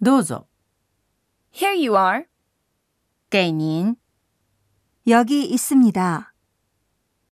どうぞ。 Here you are. 给您。 여기 있습니다.